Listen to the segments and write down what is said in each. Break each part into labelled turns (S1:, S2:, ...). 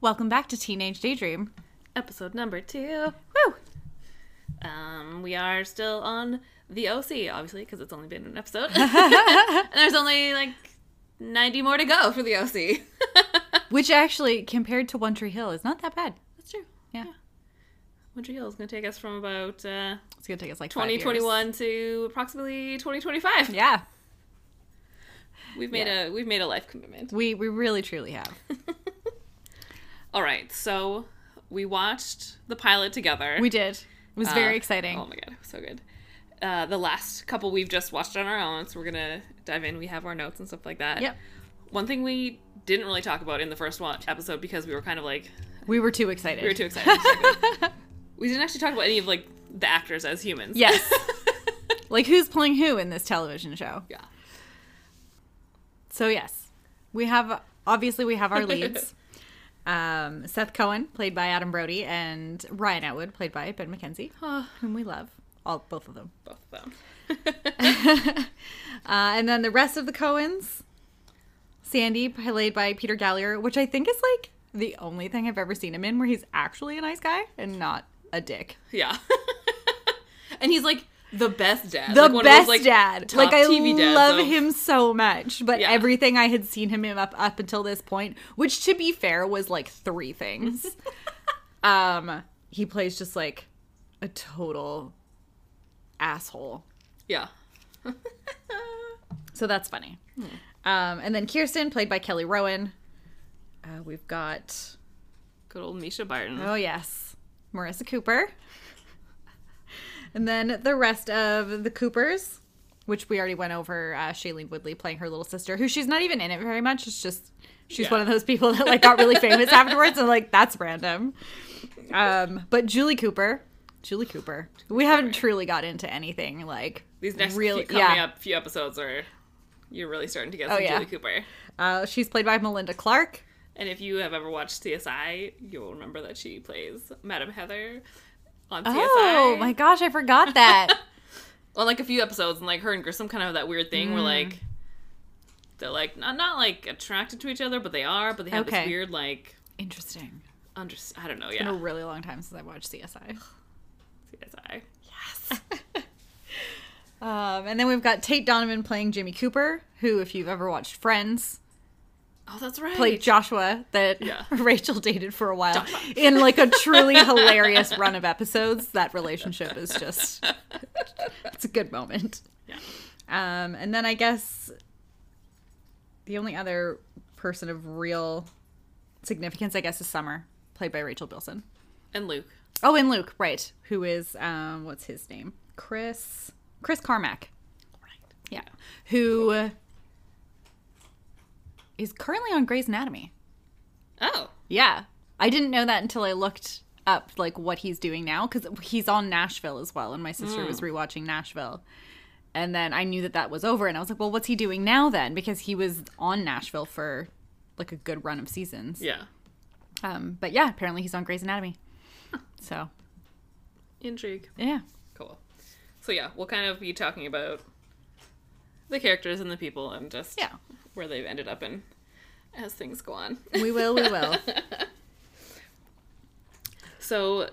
S1: Welcome back to Teenage Daydream.
S2: Episode number two.
S1: Woo!
S2: Um, we are still on the OC, obviously, because it's only been an episode. and there's only like 90 more to go for the OC.
S1: Which actually, compared to One Tree Hill, is not that bad.
S2: That's true.
S1: Yeah.
S2: Woodry Hill is going to take us from about uh,
S1: It's gonna take us like five years.
S2: 2021 to approximately 2025.
S1: Yeah,
S2: We've made a we've made a life commitment.
S1: we we really truly have.
S2: All right, so we watched the pilot together.
S1: We did. It was
S2: Uh,
S1: very exciting.
S2: Oh my god, it was so good. Uh, the last couple we've just watched on our own, so we're gonna dive in. We have our notes and stuff like that.
S1: Yep.
S2: One thing we didn't really talk about in the first one episode because we were kind of like
S1: We were too excited.
S2: we were too excited. we didn't actually talk about any of like the actors as humans.
S1: Yes. like who's playing who in this television show?
S2: yeah.
S1: So yes, we have obviously we have our leads. Um, Seth Cohen, played by Adam Brody, and Ryan Atwood, played by Ben McKenzie,
S2: Ah.
S1: whom we love, all both of them.
S2: Both of them.
S1: Uh, and then the rest of the Cohens, Sandy, played by Peter Gallier, which I think is like the only thing I've ever seen him in where he's actually a nice guy and not a dick.
S2: Yeah. and he's like the best dad.
S1: The
S2: Like, one of those,
S1: best
S2: like,
S1: dad.
S2: top
S1: Like I
S2: TV dads
S1: love
S2: of-
S1: him so much, but
S2: Yeah.
S1: everything I had seen him in up up until this point, which to be fair was like three things. um, he plays just like a total asshole.
S2: Yeah.
S1: So that's funny. Um, and then Kirsten, played by Kelly Rowan. Uh, we've got
S2: Good old Misha Barton.
S1: Oh yes, Marissa Cooper. and then the rest of the Coopers, which we already went over. Uh, Shailene Woodley playing her little sister, who she's not even in it very much. It's just she's
S2: Yeah.
S1: one of those people that like got really famous afterwards, and like that's random. Um, but Julie Cooper, Julie Cooper, we haven't truly got into anything like
S2: These next
S1: really.
S2: few coming
S1: yeah,
S2: up few episodes are you're really starting to get some
S1: yeah.
S2: Julie Cooper.
S1: uh, she's played by Melinda Clark.
S2: And if you have ever watched CSI, you'll remember that she plays Madam Heather on CSI.
S1: Oh my gosh, I forgot that.
S2: Well, like a few episodes, and like her and Grissom kind of have that weird thing
S1: Mm.
S2: where like they're like not not like attracted to each other, but they are. But they have
S1: Okay.
S2: this weird like
S1: Interesting.
S2: under I don't know.
S1: It's
S2: Yeah,
S1: been a really long time since I watched CSI.
S2: CSI.
S1: Um, and then we've got Tate Donovan playing Jimmy Cooper, who, if you've ever watched Friends,
S2: Oh, that's right.
S1: played Joshua that
S2: Yeah.
S1: Rachel dated for a while in like a truly hilarious run of episodes. That relationship is just, it's a good moment.
S2: Yeah.
S1: Um, and then I guess the only other person of real significance, I guess, is Summer, played by Rachel Bilson.
S2: and Luke.
S1: Oh, and Luke, right, who is, um, what's his name? Chris, Chris Carmack.
S2: Right.
S1: Yeah. Who is currently on Grey's Anatomy.
S2: Oh,
S1: Yeah. I didn't know that until I looked up like what he's doing now cuz he's on Nashville as well and my sister was
S2: Hmm.
S1: rewatching Nashville. And then I knew that that was over and I was like, "Well, what's he doing now then?" because he was on Nashville for like a good run of seasons.
S2: yeah.
S1: Um but yeah, apparently he's on Grey's Anatomy. So,
S2: Intrigue.
S1: yeah.
S2: Cool. So yeah, we'll kind of be talking about the characters and the people and just
S1: Yeah.
S2: where they've ended up and as things go on.
S1: We will, we will.
S2: so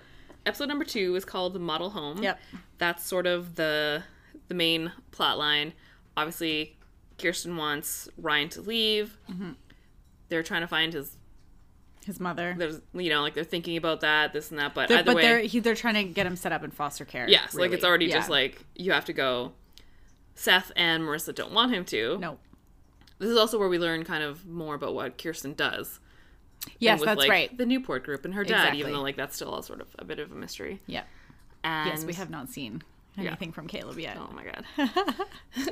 S2: episode number two is called the model home.
S1: Yep.
S2: That's sort of the the main plot line. Obviously, Kirsten wants Ryan to leave.
S1: Mm-hmm.
S2: They're trying to find his.
S1: His mother.
S2: There's you know like they're thinking about that this and that, but
S1: They're-
S2: either
S1: but
S2: way,
S1: they're he, they're trying to get him set up in foster care.
S2: Yes, like it's
S1: really.
S2: already
S1: Yeah.
S2: just like you have to go. Seth and Marissa don't want him to.
S1: No.
S2: This is also where we learn kind of more about what Kirsten does.
S1: Yes,
S2: with,
S1: that's
S2: like,
S1: right.
S2: The Newport group and her dad, even
S1: Exactly.
S2: though like that's still all sort of a bit of a mystery.
S1: Yeah.
S2: And
S1: Yes, we have not seen
S2: Yeah.
S1: anything from Caleb yet.
S2: Oh my god.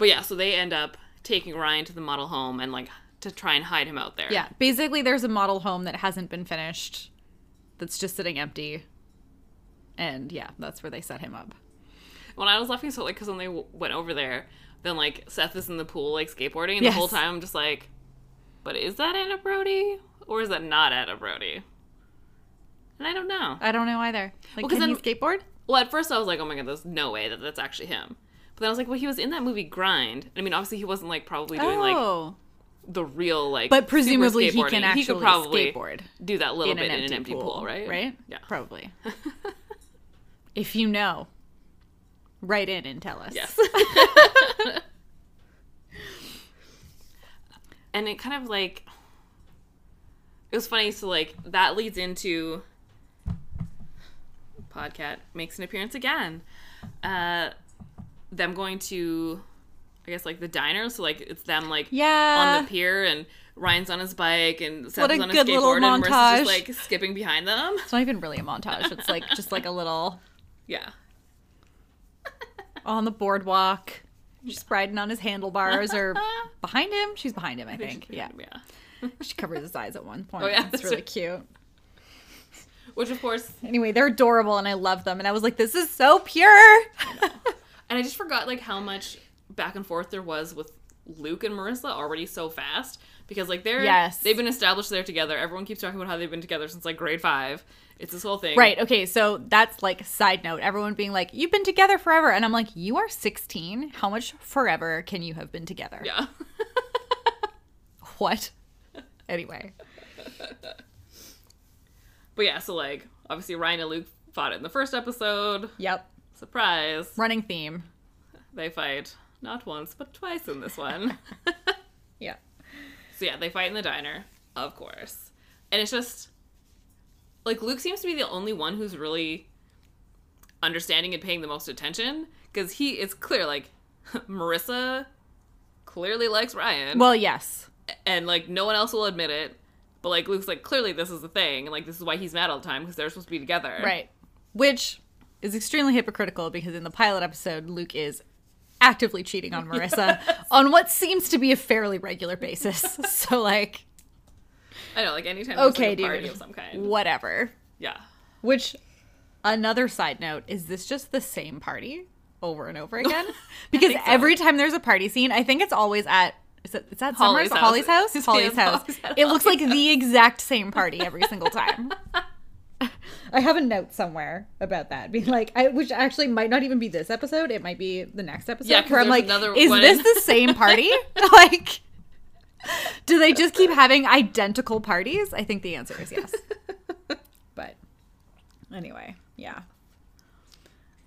S2: but yeah, so they end up taking Ryan to the model home and like to try and hide him out there.
S1: Yeah. Basically, there's a model home that hasn't been finished, that's just sitting empty, and yeah, that's where they set him up.
S2: When I was laughing so like because when they w- went over there, then like Seth is in the pool like skateboarding and
S1: Yes.
S2: the whole time I'm just like, but is that Anna Brody or is that not Anna Brody? And I don't know.
S1: I don't know either. Like,
S2: 'cause
S1: can he
S2: then-
S1: skateboard?
S2: Well, at first I was like, oh my god, there's no way that that's actually him. But then I was like, well, he was in that movie Grind. I mean, obviously he wasn't like probably doing like
S1: oh,
S2: the real like.
S1: But
S2: super
S1: presumably he can
S2: skateboarding.
S1: actually
S2: he could probably
S1: skateboard
S2: do that little
S1: in an
S2: bit
S1: empty,
S2: in an empty pool, right?
S1: Right?
S2: Yeah.
S1: Probably. if you know, write in and tell us.
S2: Yes. and it kind of like it was funny. So like that leads into Podcat makes an appearance again. Uh, them going to, I guess like the diner. So like it's them like
S1: Yeah.
S2: on the pier and Ryan's on his bike and Seth
S1: What a
S2: is on a
S1: good little
S2: skateboard and Marissa's
S1: montage.
S2: just like skipping behind them.
S1: it's not even really a montage. It's like just like a little
S2: Yeah.
S1: on the boardwalk, just riding on his handlebars or behind him. She's behind him, I think. Yeah.
S2: Yeah.
S1: She covers his eyes at one point.
S2: Oh, yeah,
S1: It's
S2: that's
S1: really
S2: right.
S1: cute.
S2: Which of course
S1: Anyway, they're adorable and I love them. And I was like, this is so pure.
S2: And I just forgot like how much back and forth there was with Luke and Marissa already so fast because like they're
S1: Yes.
S2: they've been established they're together. Everyone keeps talking about how they've been together since like grade five. It's this whole thing,
S1: Right. Okay. So that's like side note. Everyone being like, "You've been together forever," and I'm like, "You are 16. How much forever can you have been together?
S2: Yeah,
S1: What?" Anyway,
S2: but yeah. So like obviously Ryan and Luke fought it in the first episode.
S1: yep.
S2: Surprise!
S1: Running theme.
S2: They fight not once but twice in this one.
S1: Yeah.
S2: So yeah, they fight in the diner, of course. And it's just like Luke seems to be the only one who's really understanding and paying the most attention because he it's clear like Marissa clearly likes Ryan
S1: Well, yes.
S2: and like no one else will admit it. But like Luke's like clearly this is the thing and like this is why he's mad all the time because they're supposed to be together.
S1: Right. Which is extremely hypocritical because in the pilot episode, Luke is actively cheating on Marissa on what seems to be a fairly regular basis. so like,
S2: I know like anytime there's
S1: okay,
S2: like, a party
S1: dude.
S2: of some kind.
S1: Whatever.
S2: Yeah.
S1: Which, another side note, is this just the same party over and over again? Because
S2: think so.
S1: every time there's a party scene, I think it's always at. Is that, is that
S2: Holly's
S1: Summer's Holly's house?
S2: house.
S1: Holly's
S2: Yeah,
S1: house.
S2: Holly's at
S1: It looks like the exact same party every single time. I have a note somewhere about that, being like, I, which actually might not even be this episode. It might be the next episode.
S2: Yeah, 'cause
S1: where I'm
S2: there's
S1: like,
S2: another
S1: is
S2: one.
S1: this the same party? like, do they just keep having identical parties? I think the answer is yes. but anyway, yeah.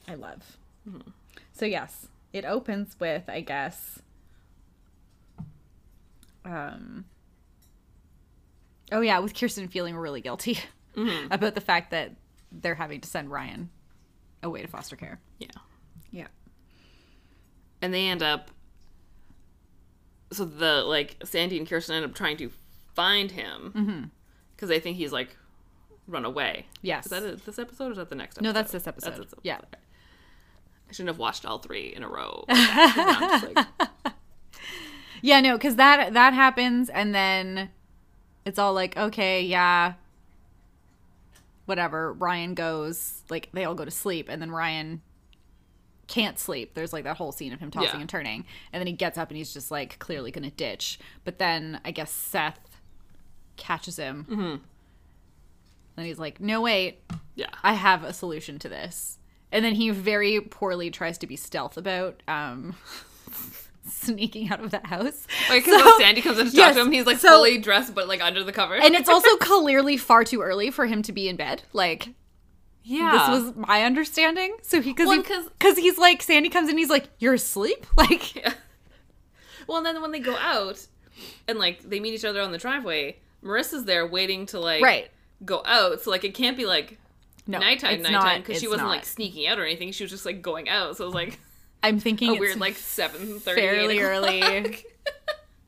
S1: I love.
S2: Hmm.
S1: So yes, it opens with I guess. Um. Oh yeah, with Kirsten feeling really guilty
S2: Mm-hmm.
S1: about the fact that they're having to send Ryan away to foster care.
S2: Yeah.
S1: Yeah.
S2: and they end up so the like sandy and kirsten end up trying to find him
S1: Mm-hmm.
S2: because they think he's like run away
S1: Yes.
S2: is that it, this episode or is that the next episode
S1: No, that's this episode.
S2: this
S1: yeah.
S2: i shouldn't have watched all three in a row Like that, 'cause I'm just like-
S1: Yeah, no, because that that happens, and then it's all like, okay, yeah, whatever. Ryan goes, like they all go to sleep, and then Ryan can't sleep. There's like that whole scene of him tossing
S2: Yeah.
S1: and turning, and then he gets up and he's just like clearly gonna ditch. But then I guess Seth catches him,
S2: Mm-hmm.
S1: and he's like, no wait,
S2: yeah
S1: I have a solution to this. And then he very poorly tries to be stealth about um, sneaking out of the house.
S2: like
S1: So-
S2: because sandy comes in to talk
S1: yes,
S2: to him he's like
S1: so-
S2: fully dressed but like under the cover
S1: and it's also clearly far too early for him to be in bed. Like
S2: yeah
S1: this was my understanding. So he because
S2: Well, 'cause-
S1: because he's like Sandy comes in, he's like you're asleep. Like
S2: well and then when they go out and like they meet each other on the driveway marissa's there waiting to like
S1: right?
S2: go out so like it can't be like
S1: No,
S2: nighttime,
S1: it's
S2: nighttime,
S1: not-
S2: because she
S1: it's
S2: wasn't
S1: not.
S2: like sneaking out or anything. She was just like going out. So it was like
S1: I'm thinking
S2: a
S1: it's
S2: weird like seven thirty.
S1: fairly early,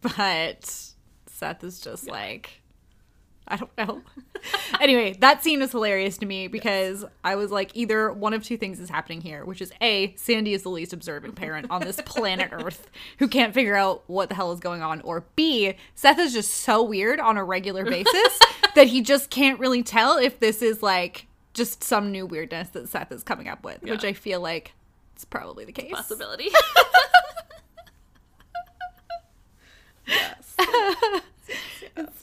S1: but Seth is just like, I don't know. anyway, that scene was hilarious to me because I was like, either one of two things is happening here, which is A, Sandy is the least observant parent on this planet Earth who can't figure out what the hell is going on, or B, Seth is just so weird on a regular basis that he just can't really tell if this is like just some new weirdness that Seth is coming up with, which
S2: Yeah.
S1: I feel like it's probably the case.
S2: possibility.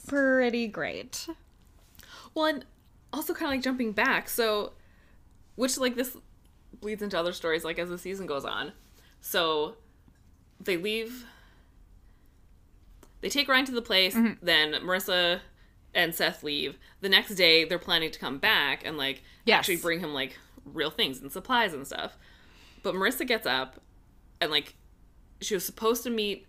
S1: Pretty great.
S2: well, and also kind of like jumping back. So, which like this bleeds into other stories like as the season goes on. So they leave. They take Ryan to the place. Then Marissa and Seth leave. The next day, they're planning to come back and like
S1: Yes.
S2: actually bring him like real things and supplies and stuff. But Marissa gets up and like she was supposed to meet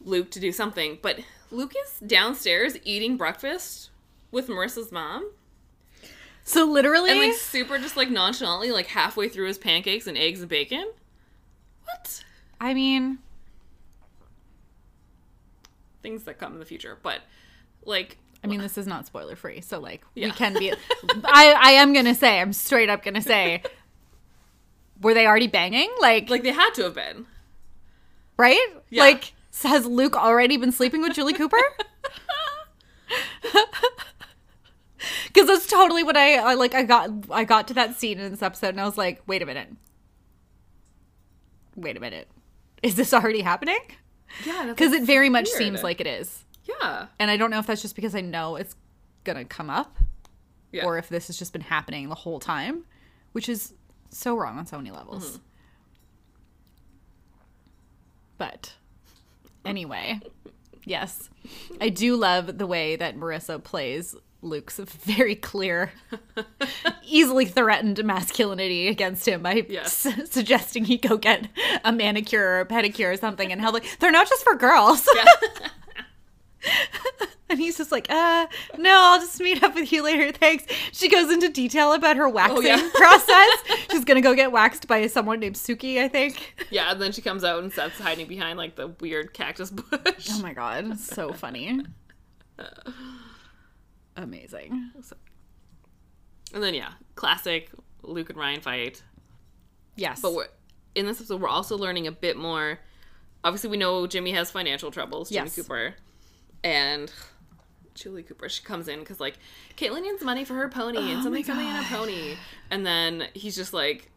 S2: Luke to do something, but Luke is downstairs eating breakfast with Marissa's mom.
S1: So literally,
S2: And like super just like nonchalantly, like halfway through his pancakes and eggs and bacon. What?
S1: I mean,
S2: Things that come in the future. But like
S1: I mean, this is not spoiler free, so like
S2: Yeah.
S1: we can be. I I am gonna say, I'm straight up gonna say, were they already banging? Like,
S2: like they had to have been.
S1: right?
S2: Yeah.
S1: Like, s- has Luke already been sleeping with Julie Cooper? Because that's totally what I, I like. I got I got to that scene in this episode, and I was like, wait a minute, wait a minute, is this already happening?
S2: Yeah,
S1: Because it very much
S2: Weird.
S1: seems like it is,
S2: Yeah.
S1: and I don't know if that's just because I know it's gonna come up.
S2: Yeah.
S1: or if this has just been happening the whole time, which is so wrong on so many levels.
S2: Mm-hmm.
S1: But anyway, yes, I do love the way that Marissa plays Luke's very clear, easily threatened masculinity against him by
S2: Yes.
S1: s- suggesting he go get a manicure or a pedicure or something, and how like they're not just for girls. And he's just like, uh, no, I'll just meet up with you later. Thanks. She goes into detail about her waxing
S2: yeah.
S1: process. She's going to go get waxed by someone named Suki, I think.
S2: yeah, and then she comes out and Seth's hiding behind like the weird cactus bush.
S1: Oh my God. So funny. Amazing.
S2: And then yeah, classic Luke and Ryan fight.
S1: Yes.
S2: But we're, in this episode, we're also learning a bit more. Obviously, we know Jimmy has financial troubles. Jimmy
S1: Yes.
S2: Cooper, and Julie Cooper. She comes in because like Caitlyn needs money for her pony and something something in her pony, and then he's just like,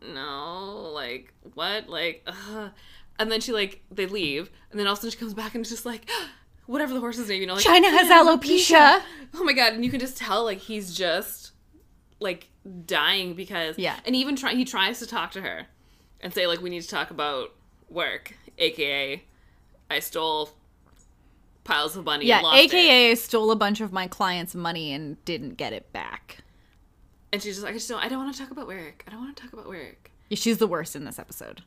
S2: no, like what, like, ugh. and then she like they leave, and then all of a sudden she comes back and is just like. Whatever the horse's name, you know, like
S1: China has alopecia.
S2: Oh my god! And you can just tell like he's just like dying because
S1: Yeah.
S2: And even try he tries to talk to her and say like we need to talk about work, aka I stole piles of money.
S1: Yeah.
S2: and lost It.
S1: AKA stole a bunch of my clients' money and didn't get it back.
S2: And she's just like I just don't I don't want to talk about work. I don't want to talk about work.
S1: Yeah, She's the worst in this episode.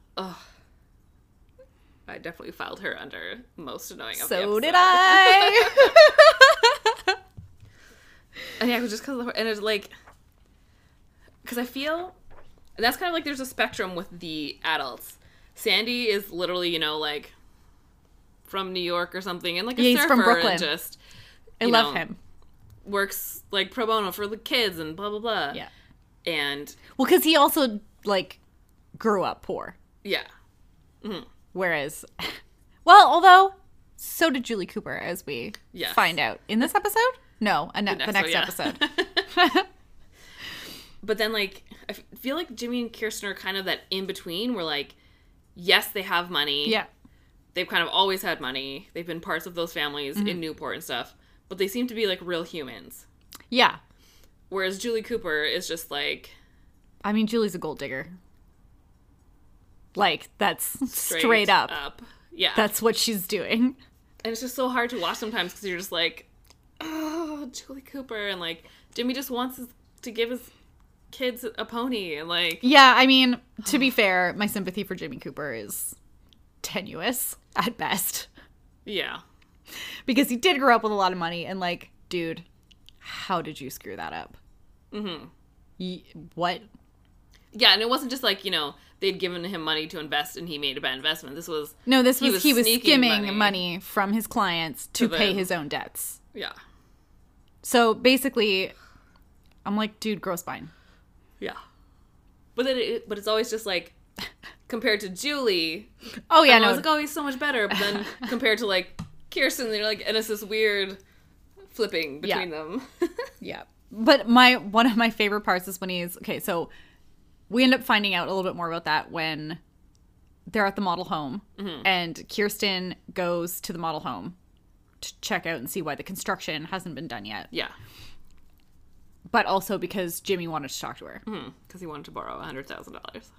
S2: I definitely filed her under most annoying. Of the
S1: So
S2: episode.
S1: did I.
S2: And yeah, it was just because of the and it's like because I feel and that's kind of like there's a spectrum with the adults. Sandy is literally you know like from New York or something, and like a
S1: Yeah, he's
S2: surfer
S1: from Brooklyn.
S2: and just
S1: I
S2: you
S1: love
S2: know,
S1: him.
S2: works like pro bono for the kids and blah blah blah.
S1: Yeah.
S2: and
S1: Well, because he also, like, grew up poor.
S2: yeah,
S1: Whereas, well, although so did Julie Cooper, as we
S2: Yes.
S1: find out in this episode. No, a ne- the next,
S2: one,
S1: episode.
S2: yeah. but then like I f- feel like Jimmy and Kirsten are kind of that in between where like yes they have money
S1: yeah,
S2: they've kind of always had money. They've been parts of those families in Newport and stuff, but they seem to be like real humans.
S1: yeah.
S2: Whereas Julie Cooper is just like
S1: I mean, Julie's a gold digger. Like that's straight,
S2: straight,
S1: up.
S2: Yeah.
S1: That's what she's doing.
S2: and it's just so hard to watch sometimes because you're just like, oh, Julie Cooper. And like, Jimmy just wants his- to give his kids a pony. And like,
S1: Yeah, I mean, to be fair, my sympathy for Jimmy Cooper is tenuous at best
S2: yeah.
S1: because he did grow up with a lot of money and like, dude, how did you screw that up? Mm-hmm. what?
S2: Yeah. And it wasn't just like, you know, they'd given him money to invest and he made a bad investment. This was,
S1: No, this
S2: He
S1: was
S2: was
S1: he was
S2: sneaking
S1: skimming
S2: money.
S1: money. from his clients to,
S2: To
S1: pay
S2: them.
S1: his own debts.
S2: yeah.
S1: So basically, I'm like, dude, gross spine.
S2: Yeah. But then it, but it's always just like, compared to Julie,
S1: Oh yeah,
S2: And I
S1: no,
S2: was like, oh, he's so much better. But then compared to like Kirsten, they're like, and it's this weird flipping between them.
S1: yeah. But my one of my favorite parts is when he's okay. So we end up finding out a little bit more about that when they're at the model home,
S2: Mm-hmm.
S1: and Kirsten goes to the model home to check out and see why the construction hasn't been done yet,
S2: yeah,
S1: but also because Jimmy wanted to talk to her.
S2: because Hmm, he wanted to borrow a hundred thousand dollars.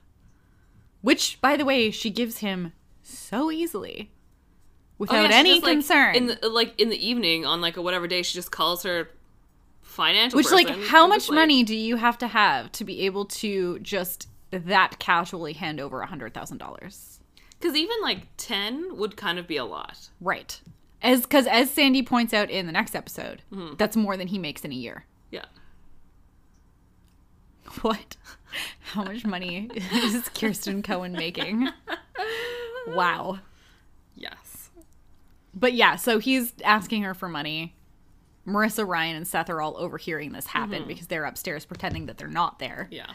S1: Which, by the way, she gives him so easily. without
S2: Oh, yeah, she
S1: any
S2: just, like,
S1: concern.
S2: in the, like in the evening on like a whatever day, she just calls her financial.
S1: Which, like,
S2: person
S1: how
S2: and just,
S1: much
S2: like-
S1: money do you have to have to be able to just that casually hand over a hundred thousand dollars?
S2: Because even like ten would kind of be a lot.
S1: Right. As because as Sandy points out in the next episode,
S2: Mm-hmm.
S1: that's more than he makes in a year.
S2: Yeah.
S1: What? How much money is Kirsten Cohen making? Wow.
S2: Yes.
S1: But yeah, so he's asking her for money. Marissa Ryan and Seth are all overhearing this happen
S2: Mm-hmm.
S1: because they're upstairs pretending that they're not there.
S2: Yeah.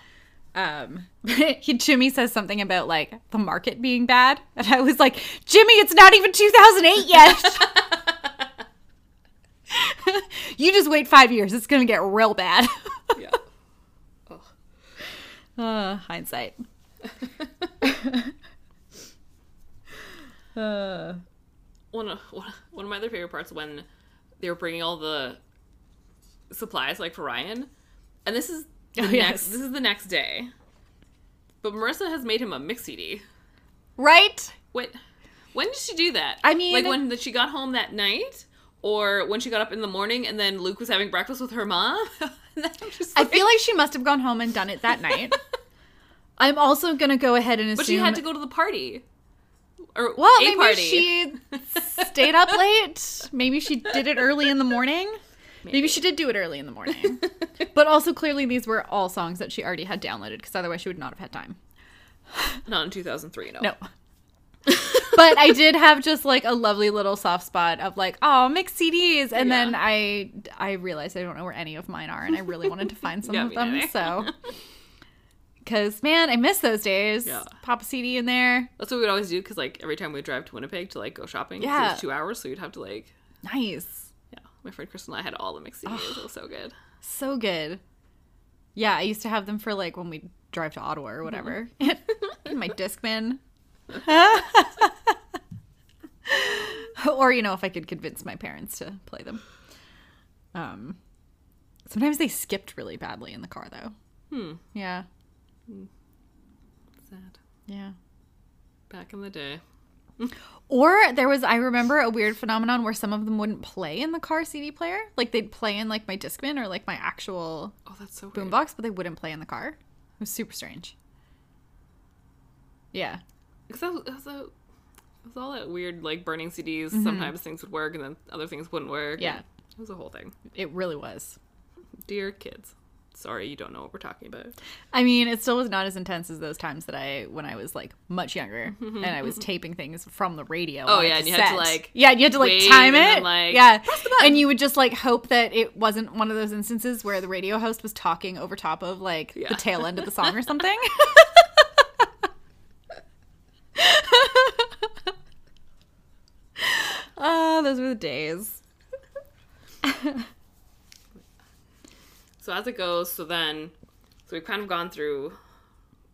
S1: Um, he Jimmy says something about like the market being bad, and I was like, Jimmy, it's not even 2008 yet. you just wait five years; it's gonna get real bad.
S2: Yeah.
S1: Uh, hindsight. uh,
S2: one of one one of my other favorite parts when they were bringing all the supplies like for Ryan, and this is
S1: Oh,
S2: the next
S1: yes.
S2: this is the next day, but Marissa has made him a mix CD.
S1: right?
S2: Wait, when did she do that?
S1: I mean-
S2: like when that she got home that night, or when she got up in the morning, and then Luke was having breakfast with her mom. And I'm just
S1: I
S2: like-
S1: feel like she must have gone home and done it that night. I'm also gonna go ahead and assume.
S2: but she had to go to the party, or
S1: Well,
S2: a
S1: maybe
S2: party.
S1: she stayed up late. Maybe she did it early in the morning. Maybe. she did do it early in the morning. but also, clearly, these were all songs that she already had downloaded because otherwise she would not have had time.
S2: not in 2003. No,
S1: No.
S2: Oh.
S1: but I did have just like a lovely little soft spot of like, oh, mixed CDs, and
S2: Yeah.
S1: then I I realized I don't know where any of mine are, and I really wanted to find some
S2: Yeah,
S1: of
S2: me
S1: them.
S2: neither.
S1: So, because man, I miss those days.
S2: Yeah.
S1: Pop a CD in there,
S2: That's what we would always do because like every time we would drive to Winnipeg to like go shopping, 'cause it
S1: Yeah.
S2: was two hours, so you'd have to like
S1: nice.
S2: yeah. My friend Kristen and I had all the mixed CDs. It was so good.
S1: So good. Yeah, I used to have them for like when we drive to Ottawa or whatever. In my Discman. or you know, if I could convince my parents to play them. Um sometimes they skipped really badly in the car though.
S2: Hmm.
S1: Yeah.
S2: Sad.
S1: Yeah.
S2: Back in the day.
S1: Or there was I remember a weird phenomenon where some of them wouldn't play in the car CD player. Like they'd play in like my Discman or like my actual
S2: Oh, that's so weird.
S1: boombox, but they wouldn't play in the car. It was super strange. Yeah.
S2: Because that was, that was, that was all that weird like burning CDs. Sometimes things would work and then other things wouldn't work.
S1: Mm-hmm. Yeah.
S2: It was a whole thing.
S1: It really was.
S2: Dear kids, sorry you don't know what we're talking about.
S1: I mean, it still was not as intense as those times that I, when I was like much younger and I was taping things from the radio.
S2: Mm-hmm. Oh,
S1: on a
S2: yeah, and you had to,
S1: cassette.
S2: like,
S1: yeah, and you had to like
S2: wait
S1: time
S2: and
S1: it.
S2: then, like,
S1: yeah. And you would just like hope that it wasn't one of those instances where the radio host was talking over top of like
S2: Yeah.
S1: the tail end of the song or something. Oh, those were the days.
S2: So as it goes, so then, so we've kind of gone through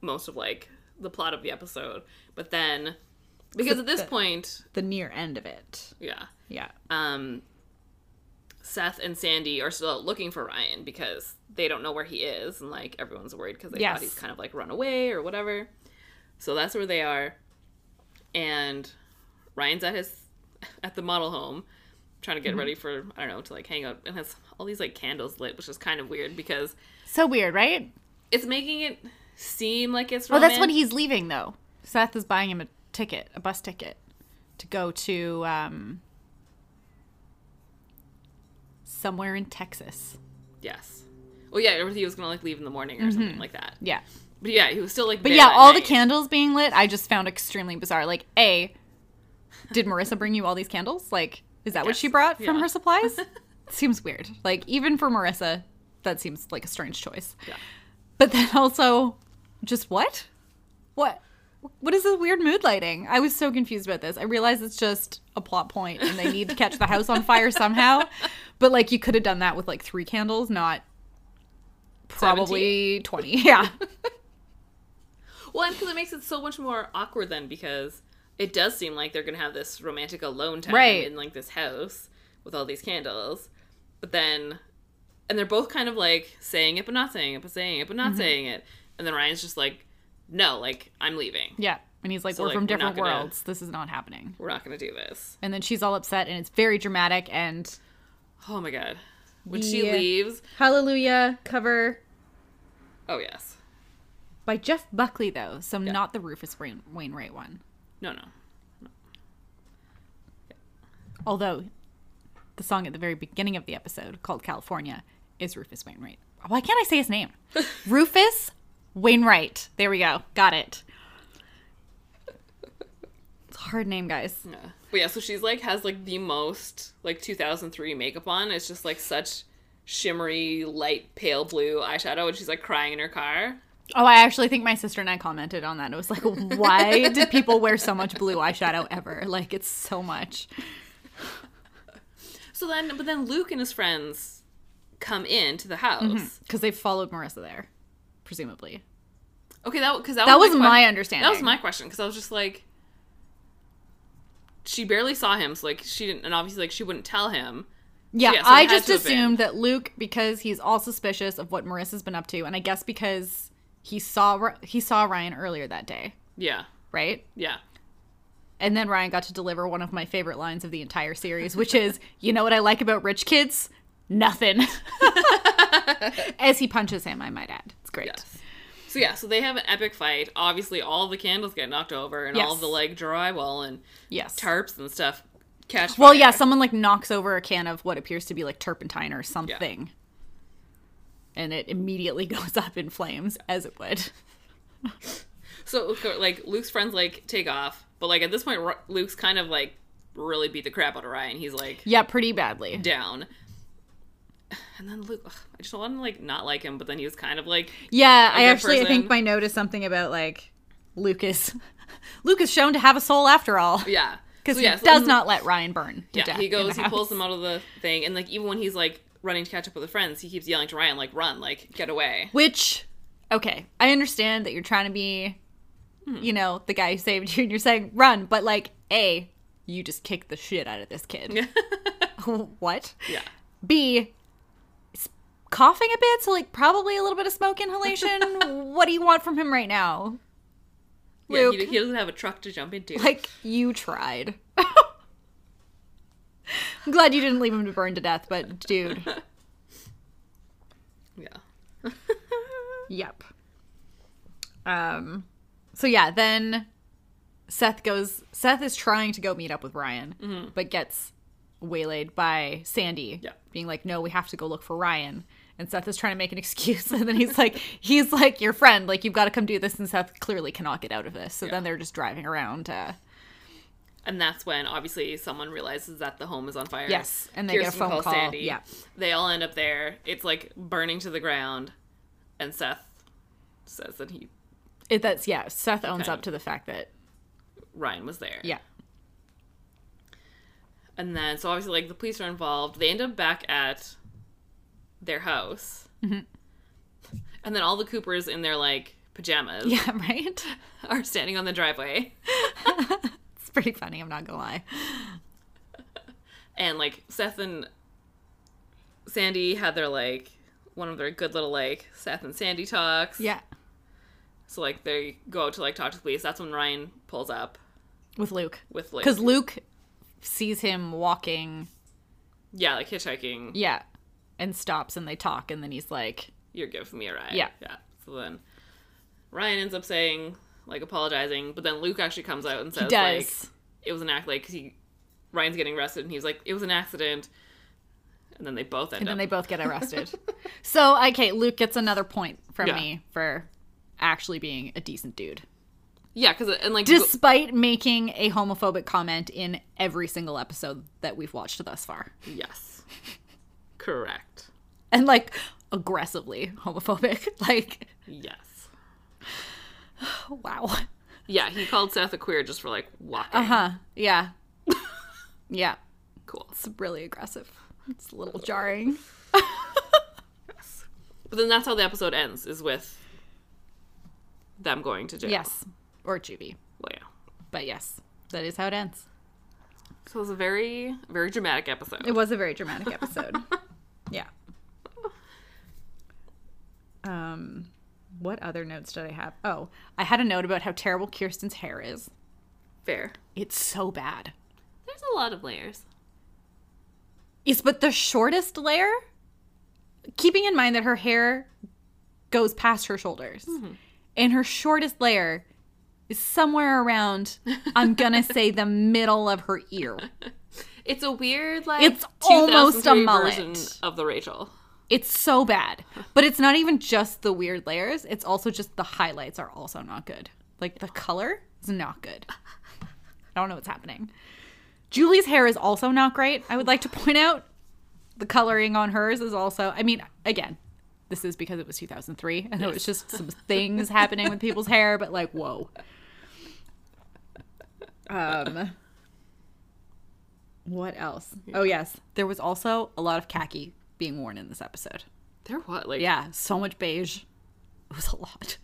S2: most of like the plot of the episode, but then because at this point,
S1: The near end of it.
S2: yeah,
S1: Yeah.
S2: um, Seth and Sandy are still out looking for Ryan because they don't know where he is, and like everyone's worried because they
S1: Yes.
S2: thought he's kind of like run away or whatever. So that's where they are, and Ryan's at his at the model home trying to get
S1: Mm-hmm.
S2: ready for I don't know to like hang out and has all these like candles lit, which is kind of weird because
S1: So weird, right?
S2: it's making it seem like it's.
S1: Oh,
S2: Roman.
S1: that's when he's leaving, though. Seth is buying him a ticket, a bus ticket, to go to um, somewhere in Texas.
S2: Yes. Well, yeah, he was gonna like leave in the morning or something like that.
S1: Yeah.
S2: But yeah, he was still like.
S1: Mm-hmm. But
S2: there
S1: yeah,
S2: that
S1: all the
S2: night.
S1: candles being lit, I just found extremely bizarre. Like, A, did Marissa bring you all these candles? Like, is that what she
S2: guess.
S1: brought from
S2: Yeah.
S1: her supplies? seems weird. Like, even for Marissa, that seems like a strange choice.
S2: Yeah.
S1: But then also, just what? What? What is this weird mood lighting? I was so confused about this. I realize it's just a plot point and they need to catch the house on fire somehow. But like you could have done that with like three candles, not probably 20. Yeah.
S2: Well, and because it makes it so much more awkward then because it does seem like they're gonna have this romantic alone time
S1: Right.
S2: in like this house with all these candles, but then, and they're both kind of like saying
S1: Mm-hmm.
S2: it but not saying it but saying it but not saying it, and then Ryan's just like, no, like I'm leaving,
S1: Yeah. And he's like,
S2: So,
S1: we're
S2: like,
S1: from
S2: we're not
S1: different
S2: gonna-
S1: worlds. This is not happening.
S2: We're not going to do this.
S1: And then she's all upset, and it's very dramatic. And
S2: Oh my god. When she
S1: Yeah.
S2: leaves.
S1: Hallelujah cover
S2: Oh yes.
S1: by Jeff Buckley, though. So
S2: Yeah.
S1: not the Rufus Wain- Wainwright one.
S2: No, no.
S1: Although the song at the very beginning of the episode called California is Rufus Wainwright. Why can't I say his name? Rufus Wainwright. There we go. Got it. It's a hard name, guys.
S2: No. But yeah, so she's like has like the most like 2003 makeup on. It's just like such shimmery, light pale blue eyeshadow and she's like crying in her car.
S1: Oh, I actually think my sister and I commented on that. And it was like, why did people wear so much blue eyeshadow ever? Like, it's so much.
S2: So then but then Luke and his friends come in to the house.
S1: Because they followed Marissa there, presumably.
S2: Okay, that cuz that,
S1: That was
S2: was
S1: my
S2: question.
S1: understanding.
S2: That was my question because I was just like, she barely saw him, so like she didn't, and obviously like she wouldn't tell him.
S1: Yeah,
S2: Yeah, so it
S1: I
S2: had
S1: just
S2: to have been.
S1: assumed that Luke, because he's all suspicious of what Marissa's been up to, and I guess because he saw Ry- he saw Ryan earlier that day,
S2: Yeah,
S1: right?
S2: yeah,
S1: And then Ryan got to deliver one of my favorite lines of the entire series, which is, "You know what I like about rich kids? Nothing." As he punches him, I might add, it's great.
S2: yes. So yeah, so they have an epic fight. Obviously, all the candles get knocked over, and all
S1: Yes.
S2: the like drywall and
S1: Yes.
S2: tarps and stuff catch.
S1: well,
S2: fire.
S1: yeah, someone like knocks over a can of what appears to be like turpentine or something. And it immediately goes up in flames as it would.
S2: So like Luke's friends like take off, but like at this point, Ru- Luke's kind of like really beat the crap out of Ryan. He's like
S1: Yeah, pretty badly.
S2: down. And then Luke, ugh, I just want to like not like him, but then he was kind of like
S1: Yeah, I
S2: good
S1: actually I think
S2: person.
S1: my note is something about like Lucas. Lucas shown to have a soul after all because
S2: yeah, So,
S1: he
S2: yeah, so
S1: does
S2: then-
S1: not let Ryan burn to
S2: Yeah,
S1: death.
S2: he
S1: in the
S2: goes, he
S1: house.
S2: pulls them out of the thing, and like even when he's like running to catch up with the friends, he keeps yelling to Ryan like, "Run, like get away."
S1: Which, okay, I understand that you're trying to be,
S2: Hmm.
S1: you know, the guy who saved you, and you're saying run, but like, a, you just kicked the shit out of this kid. what?
S2: yeah,
S1: B, he's coughing a bit, so like probably a little bit of smoke inhalation. what do you want from him right now?
S2: yeah.
S1: Luke.
S2: He, he doesn't have a truck to jump into.
S1: Like you tried. I'm glad you didn't leave him to burn to death, but dude,
S2: yeah,
S1: yep. Um so yeah, then Seth goes Seth is trying to go meet up with Ryan, but gets waylaid by Sandy
S2: Mm-hmm. Yeah.
S1: being like, "No, we have to go look for Ryan." And Seth is trying to make an excuse and then he's like he's like your friend, like you've got to come do this and Seth clearly cannot get out of this. So
S2: Yeah.
S1: then they're just driving around uh
S2: and that's when obviously someone realizes that the home is on fire.
S1: Yes, and they get a phone
S2: calls
S1: call, yeah.
S2: they all end up there. It's like burning to the ground, and Seth says that he
S1: it, that's yeah, Seth owns
S2: Kind
S1: up
S2: of.
S1: to the fact that
S2: Ryan was there.
S1: yeah.
S2: And then, so obviously, like the police are involved. They end up back at their house,
S1: Mm-hmm.
S2: and then all the Coopers in their like pajamas
S1: Yeah, right?
S2: are standing on the driveway
S1: It's pretty funny, I'm not gonna lie.
S2: and like Seth and Sandy had their like one of their good little like Seth and Sandy talks.
S1: Yeah.
S2: So like they go out to like talk to the police. That's when Ryan pulls up
S1: With Luke.
S2: with Luke.
S1: Because Luke sees him walking,
S2: yeah, like hitchhiking.
S1: yeah, and stops and they talk and then he's like,
S2: You're giving me a ride.
S1: Yeah.
S2: Yeah. So then Ryan ends up saying like apologizing, but then Luke actually comes out and says like
S1: does.
S2: it was an act like 'cause he Ryan's getting arrested and he's like it was an accident and then they both end
S1: and then
S2: up
S1: they both get arrested. so, okay, Luke gets another point from
S2: Yeah.
S1: me for actually being a decent dude.
S2: yeah because and like go-
S1: Despite making a homophobic comment in every single episode that we've watched thus far.
S2: yes correct
S1: And like aggressively homophobic. Like, oh,
S2: yes
S1: wow.
S2: yeah he called Seth a queer just for like walking
S1: Uh huh. Yeah. yeah.
S2: cool
S1: It's really aggressive. It's a little jarring.
S2: but then that's how the episode ends is with them going to jail
S1: Yes. Or juvie.
S2: well yeah
S1: But yes, that is how it ends.
S2: so it was a very very dramatic episode
S1: It was a very dramatic episode. yeah. Um What other notes did I have? Oh, I had a note about how terrible Kirsten's hair is.
S2: Fair.
S1: It's so bad.
S2: There's a lot of layers.
S1: Is but the shortest layer, keeping in mind that her hair goes past her shoulders, and her shortest layer is somewhere around, I'm gonna say, the middle of her ear.
S2: It's a weird like
S1: It's almost a
S2: 2003
S1: mullet.
S2: version of the Rachel.
S1: It's so bad. But it's not even just the weird layers, it's also just the highlights are also not good. Like the color is not good. I don't know what's happening. Julie's hair is also not great. I would like to point out the coloring on hers is also, I mean, again, this is because it was 2003 and it was just some things happening with people's hair, but like, whoa. Um, what else? Oh, yes. There was also a lot of khaki being worn in this episode.
S2: There what like
S1: Yeah, so much beige. It was a lot.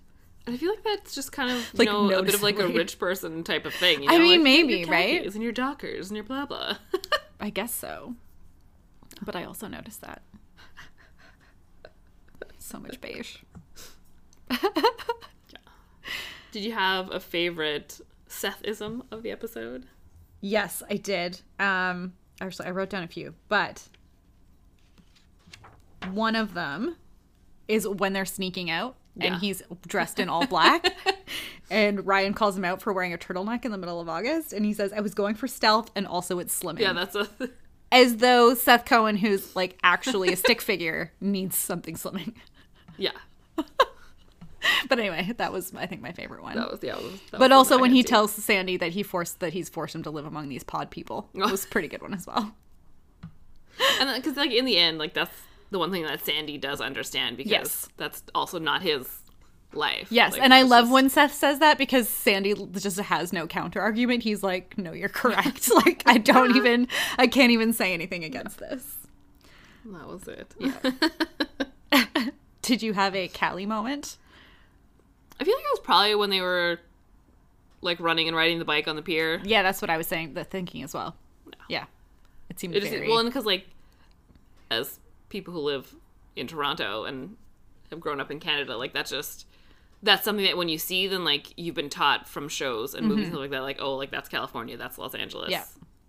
S2: I feel like that's just kind of you
S1: Like,
S2: know a bit of like a
S1: noticeably.
S2: rich person type of thing. You
S1: I
S2: know,
S1: mean,
S2: like,
S1: maybe,
S2: your
S1: right?
S2: khakis And your Dockers and your blah blah.
S1: I guess so. But I also noticed that. So much beige.
S2: Did you have a favorite Sethism of the episode?
S1: Yes, I did. Um actually I wrote down a few, but one of them is when they're sneaking out
S2: Yeah.
S1: and he's dressed in all black and Ryan calls him out for wearing a turtleneck in the middle of August and he says I was going for stealth and also it's slimming.
S2: Yeah, that's a
S1: as though Seth Cohen, who's like actually a stick figure, needs something slimming.
S2: yeah.
S1: But anyway, that was I think my favorite one.
S2: That was yeah. that was- that was
S1: but
S2: the
S1: also
S2: one I
S1: when
S2: had
S1: he
S2: too.
S1: tells Sandy that he forced that he's forced him to live among these pod people, that was a pretty good one as well.
S2: and because like in the end, like that's the one thing that Sandy does understand because
S1: Yes.
S2: that's also not his life.
S1: Yes,
S2: Like,
S1: and I
S2: it's
S1: love
S2: just-
S1: when Seth says that because Sandy l- just has no counter argument. He's like, "No, you're correct. like I don't even, I can't even say anything against this."
S2: that was it.
S1: Did you have a Callie moment?
S2: I feel like it was probably when they were like running and riding the bike on the pier.
S1: Yeah, that's what I was saying. The thinking as well. Yeah, it seemed
S2: It is
S1: very
S2: well, and because like as people who live in Toronto and have grown up in Canada, like that's just that's something that when you see, then like you've been taught from shows and movies and stuff like that, like oh, like that's California, that's Los Angeles,
S1: Yeah.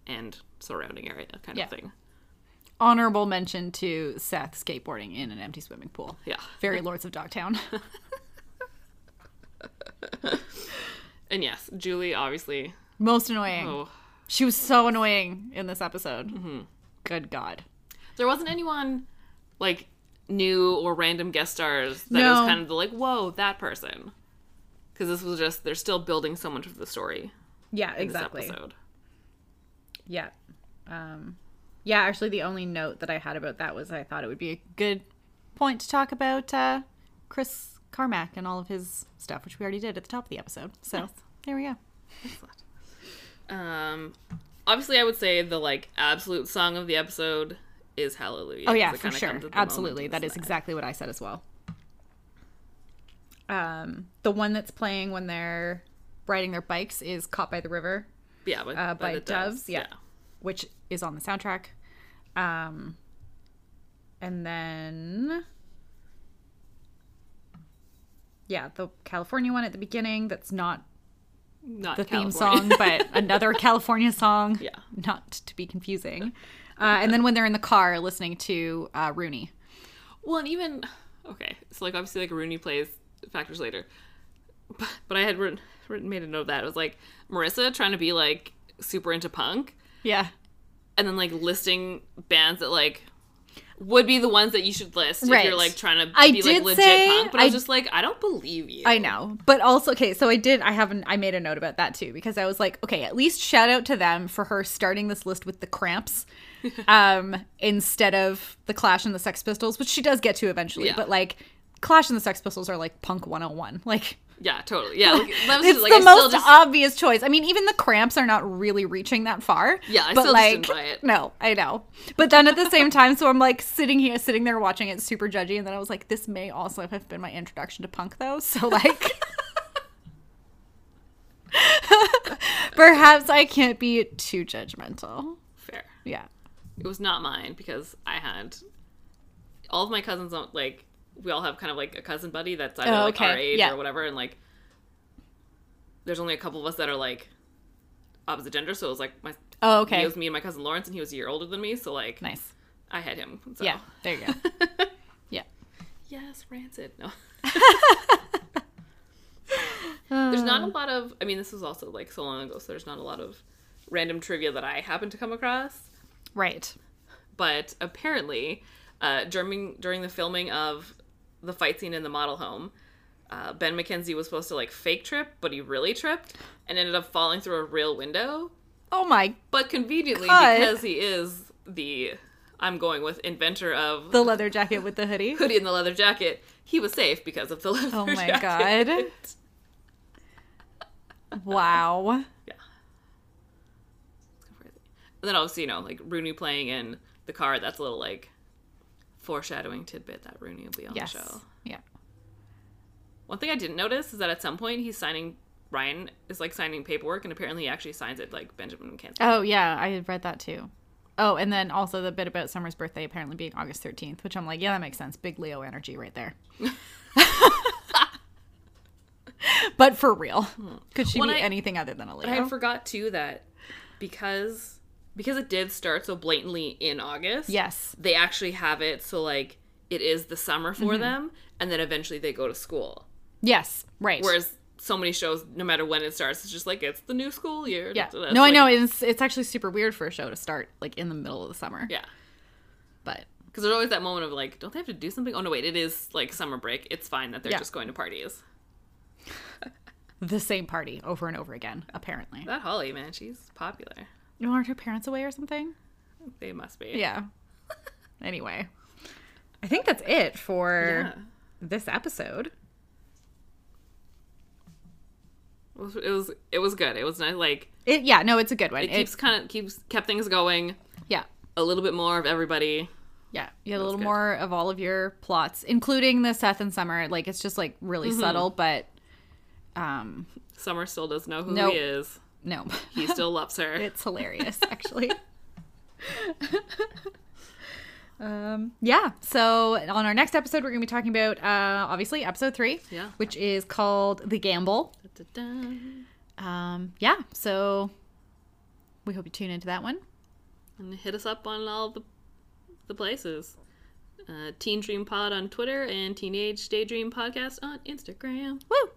S2: and surrounding area kind
S1: Yeah.
S2: of thing.
S1: honorable mention to Seth skateboarding in an empty swimming pool.
S2: Yeah,
S1: Very Lords of Dogtown.
S2: and yes, Julie obviously.
S1: Most annoying.
S2: Oh,
S1: She was so annoying in this episode. Good God.
S2: there wasn't anyone like new or random guest stars that
S1: No.
S2: was kind of the, like whoa that person because this was just they're still building so much of the story
S1: Yeah,
S2: in this episode.
S1: Yeah. Um, yeah, actually, the only note that I had about that was I thought it would be a good point to talk about uh, Chris Carmack and all of his stuff, which we already did at the top of the episode. So there we go.
S2: Um, obviously, I would say the like absolute song of the episode is "Hallelujah."
S1: Oh, yeah,
S2: 'cause it
S1: for
S2: kinda
S1: sure.
S2: comes at the
S1: Absolutely.
S2: moment,
S1: That is
S2: doesn't it?
S1: exactly what I said as well. Um, the one that's playing when they're riding their bikes is Caught by the River
S2: yeah, by,
S1: uh, by
S2: the
S1: Doves, yeah. which is on the soundtrack. Um, and then, yeah, the California one at the beginning that's not
S2: not
S1: the theme
S2: California.
S1: song, but another California song.
S2: Yeah.
S1: Not to be confusing. Uh, and then when they're in the car listening to uh, Rooney.
S2: well, and even okay, so like obviously, like Rooney plays factors later, but, but I had written, written made a note of that. It was like Marissa trying to be like super into punk,
S1: Yeah.
S2: and then like listing bands that like would be the ones that you should list if
S1: Right.
S2: you're like trying to
S1: I
S2: be
S1: did
S2: like legit
S1: say-
S2: punk. But I was
S1: I-
S2: just like, I don't believe you.
S1: I know. But also, okay, so I did, I haven't, I made a note about that too, because I was like, okay, at least shout out to them for her starting this list with the cramps um, instead of the Clash and the Sex Pistols, which she does get to eventually.
S2: Yeah.
S1: But like, Clash and the Sex Pistols are like punk 101. Like,
S2: Yeah, totally. Yeah, like, that was
S1: it's
S2: just, like,
S1: the
S2: I still
S1: most
S2: just-
S1: obvious choice. I mean, even the cramps are not really reaching that far.
S2: Yeah, I
S1: but
S2: still just
S1: like,
S2: didn't buy it.
S1: No, I know. But then at the same time, so I'm like sitting here, sitting there watching it, super judgy, and then I was like, this may also have been my introduction to punk, though. So like, perhaps I can't be too judgmental.
S2: Fair.
S1: Yeah.
S2: It was not mine because I had all of my cousins on like we all have kind of like a cousin buddy that's either
S1: Oh,
S2: like our
S1: okay.
S2: age
S1: Yeah.
S2: or whatever, and like there's only a couple of us that are like opposite gender, so it was like my
S1: Oh,
S2: it
S1: okay.
S2: was me and my cousin Lawrence, and he was a year older than me, so like
S1: Nice.
S2: I had him. So. oh,
S1: Yeah. There you go. yeah.
S2: yes, rancid. No. there's not a lot of. I mean, this was also like so long ago, so there's not a lot of random trivia that I happened to come across.
S1: Right.
S2: but apparently, uh, during during the filming of the fight scene in the model home, uh, Ben McKenzie was supposed to like fake trip, but he really tripped and ended up falling through a real window.
S1: Oh my.
S2: But conveniently,
S1: God.
S2: because he is the I'm going with inventor of
S1: The leather jacket with the hoodie.
S2: hoodie and the leather jacket, he was safe because of the leather
S1: Oh my
S2: jacket.
S1: God. Wow.
S2: Crazy. And then obviously, you know, like Rooney playing in the car. That's a little like foreshadowing tidbit that Rooney will be on
S1: Yes.
S2: the show.
S1: Yeah.
S2: One thing I didn't notice is that at some point he's signing Ryan is like signing paperwork, and apparently he actually signs it like Benjamin McKenzie.
S1: Oh yeah, I had read that too. Oh, and then also the bit about Summer's birthday apparently being August 13th, which I'm like, yeah, that makes sense. Big Leo energy right there. but for real, could she
S2: Hmm. When
S1: be
S2: I-
S1: anything other than a Leo?
S2: I had forgot too that because because it did start so blatantly in August.
S1: yes.
S2: they actually have it so like it is the summer for
S1: Mm-hmm.
S2: them, and then eventually they go to school.
S1: Yes. Right.
S2: Whereas so many shows, no matter when it starts, it's just like it's the new school year.
S1: yeah.
S2: That's
S1: No, I
S2: like-
S1: know it's it's actually super weird for a show to start like in the middle of the summer.
S2: Yeah,
S1: But
S2: because there's always that moment of like, don't they have to do something? Oh no, wait, it is like summer break. It's fine that they're
S1: Yeah.
S2: just going to parties.
S1: the same party over and over again, apparently.
S2: That Holly man, she's popular.
S1: You aren't her parents away or something?
S2: They must be.
S1: Yeah. anyway, I think that's it for
S2: Yeah.
S1: this episode.
S2: It was, it was it was good. It was nice. Like
S1: It, yeah, no, it's a good one.
S2: it,
S1: It
S2: keeps kind of keeps kept things going.
S1: yeah,
S2: A little bit more of everybody.
S1: yeah. You had a little
S2: good.
S1: more of all of your plots, including the Seth and Summer. Like it's just like really subtle, but um,
S2: Summer still doesn't know who
S1: Nope.
S2: he is.
S1: no,
S2: He still loves her.
S1: it's hilarious actually. um, yeah. So on our next episode, we're gonna be talking about uh, obviously episode three,
S2: Yeah.
S1: which is called "The Gamble."
S2: Da-da-da.
S1: Um, yeah. So we hope you tune into that one.
S2: And hit us up on all the the places. Uh, Teen Dream Pod on Twitter and Teenage Daydream Podcast on Instagram.
S1: Woo!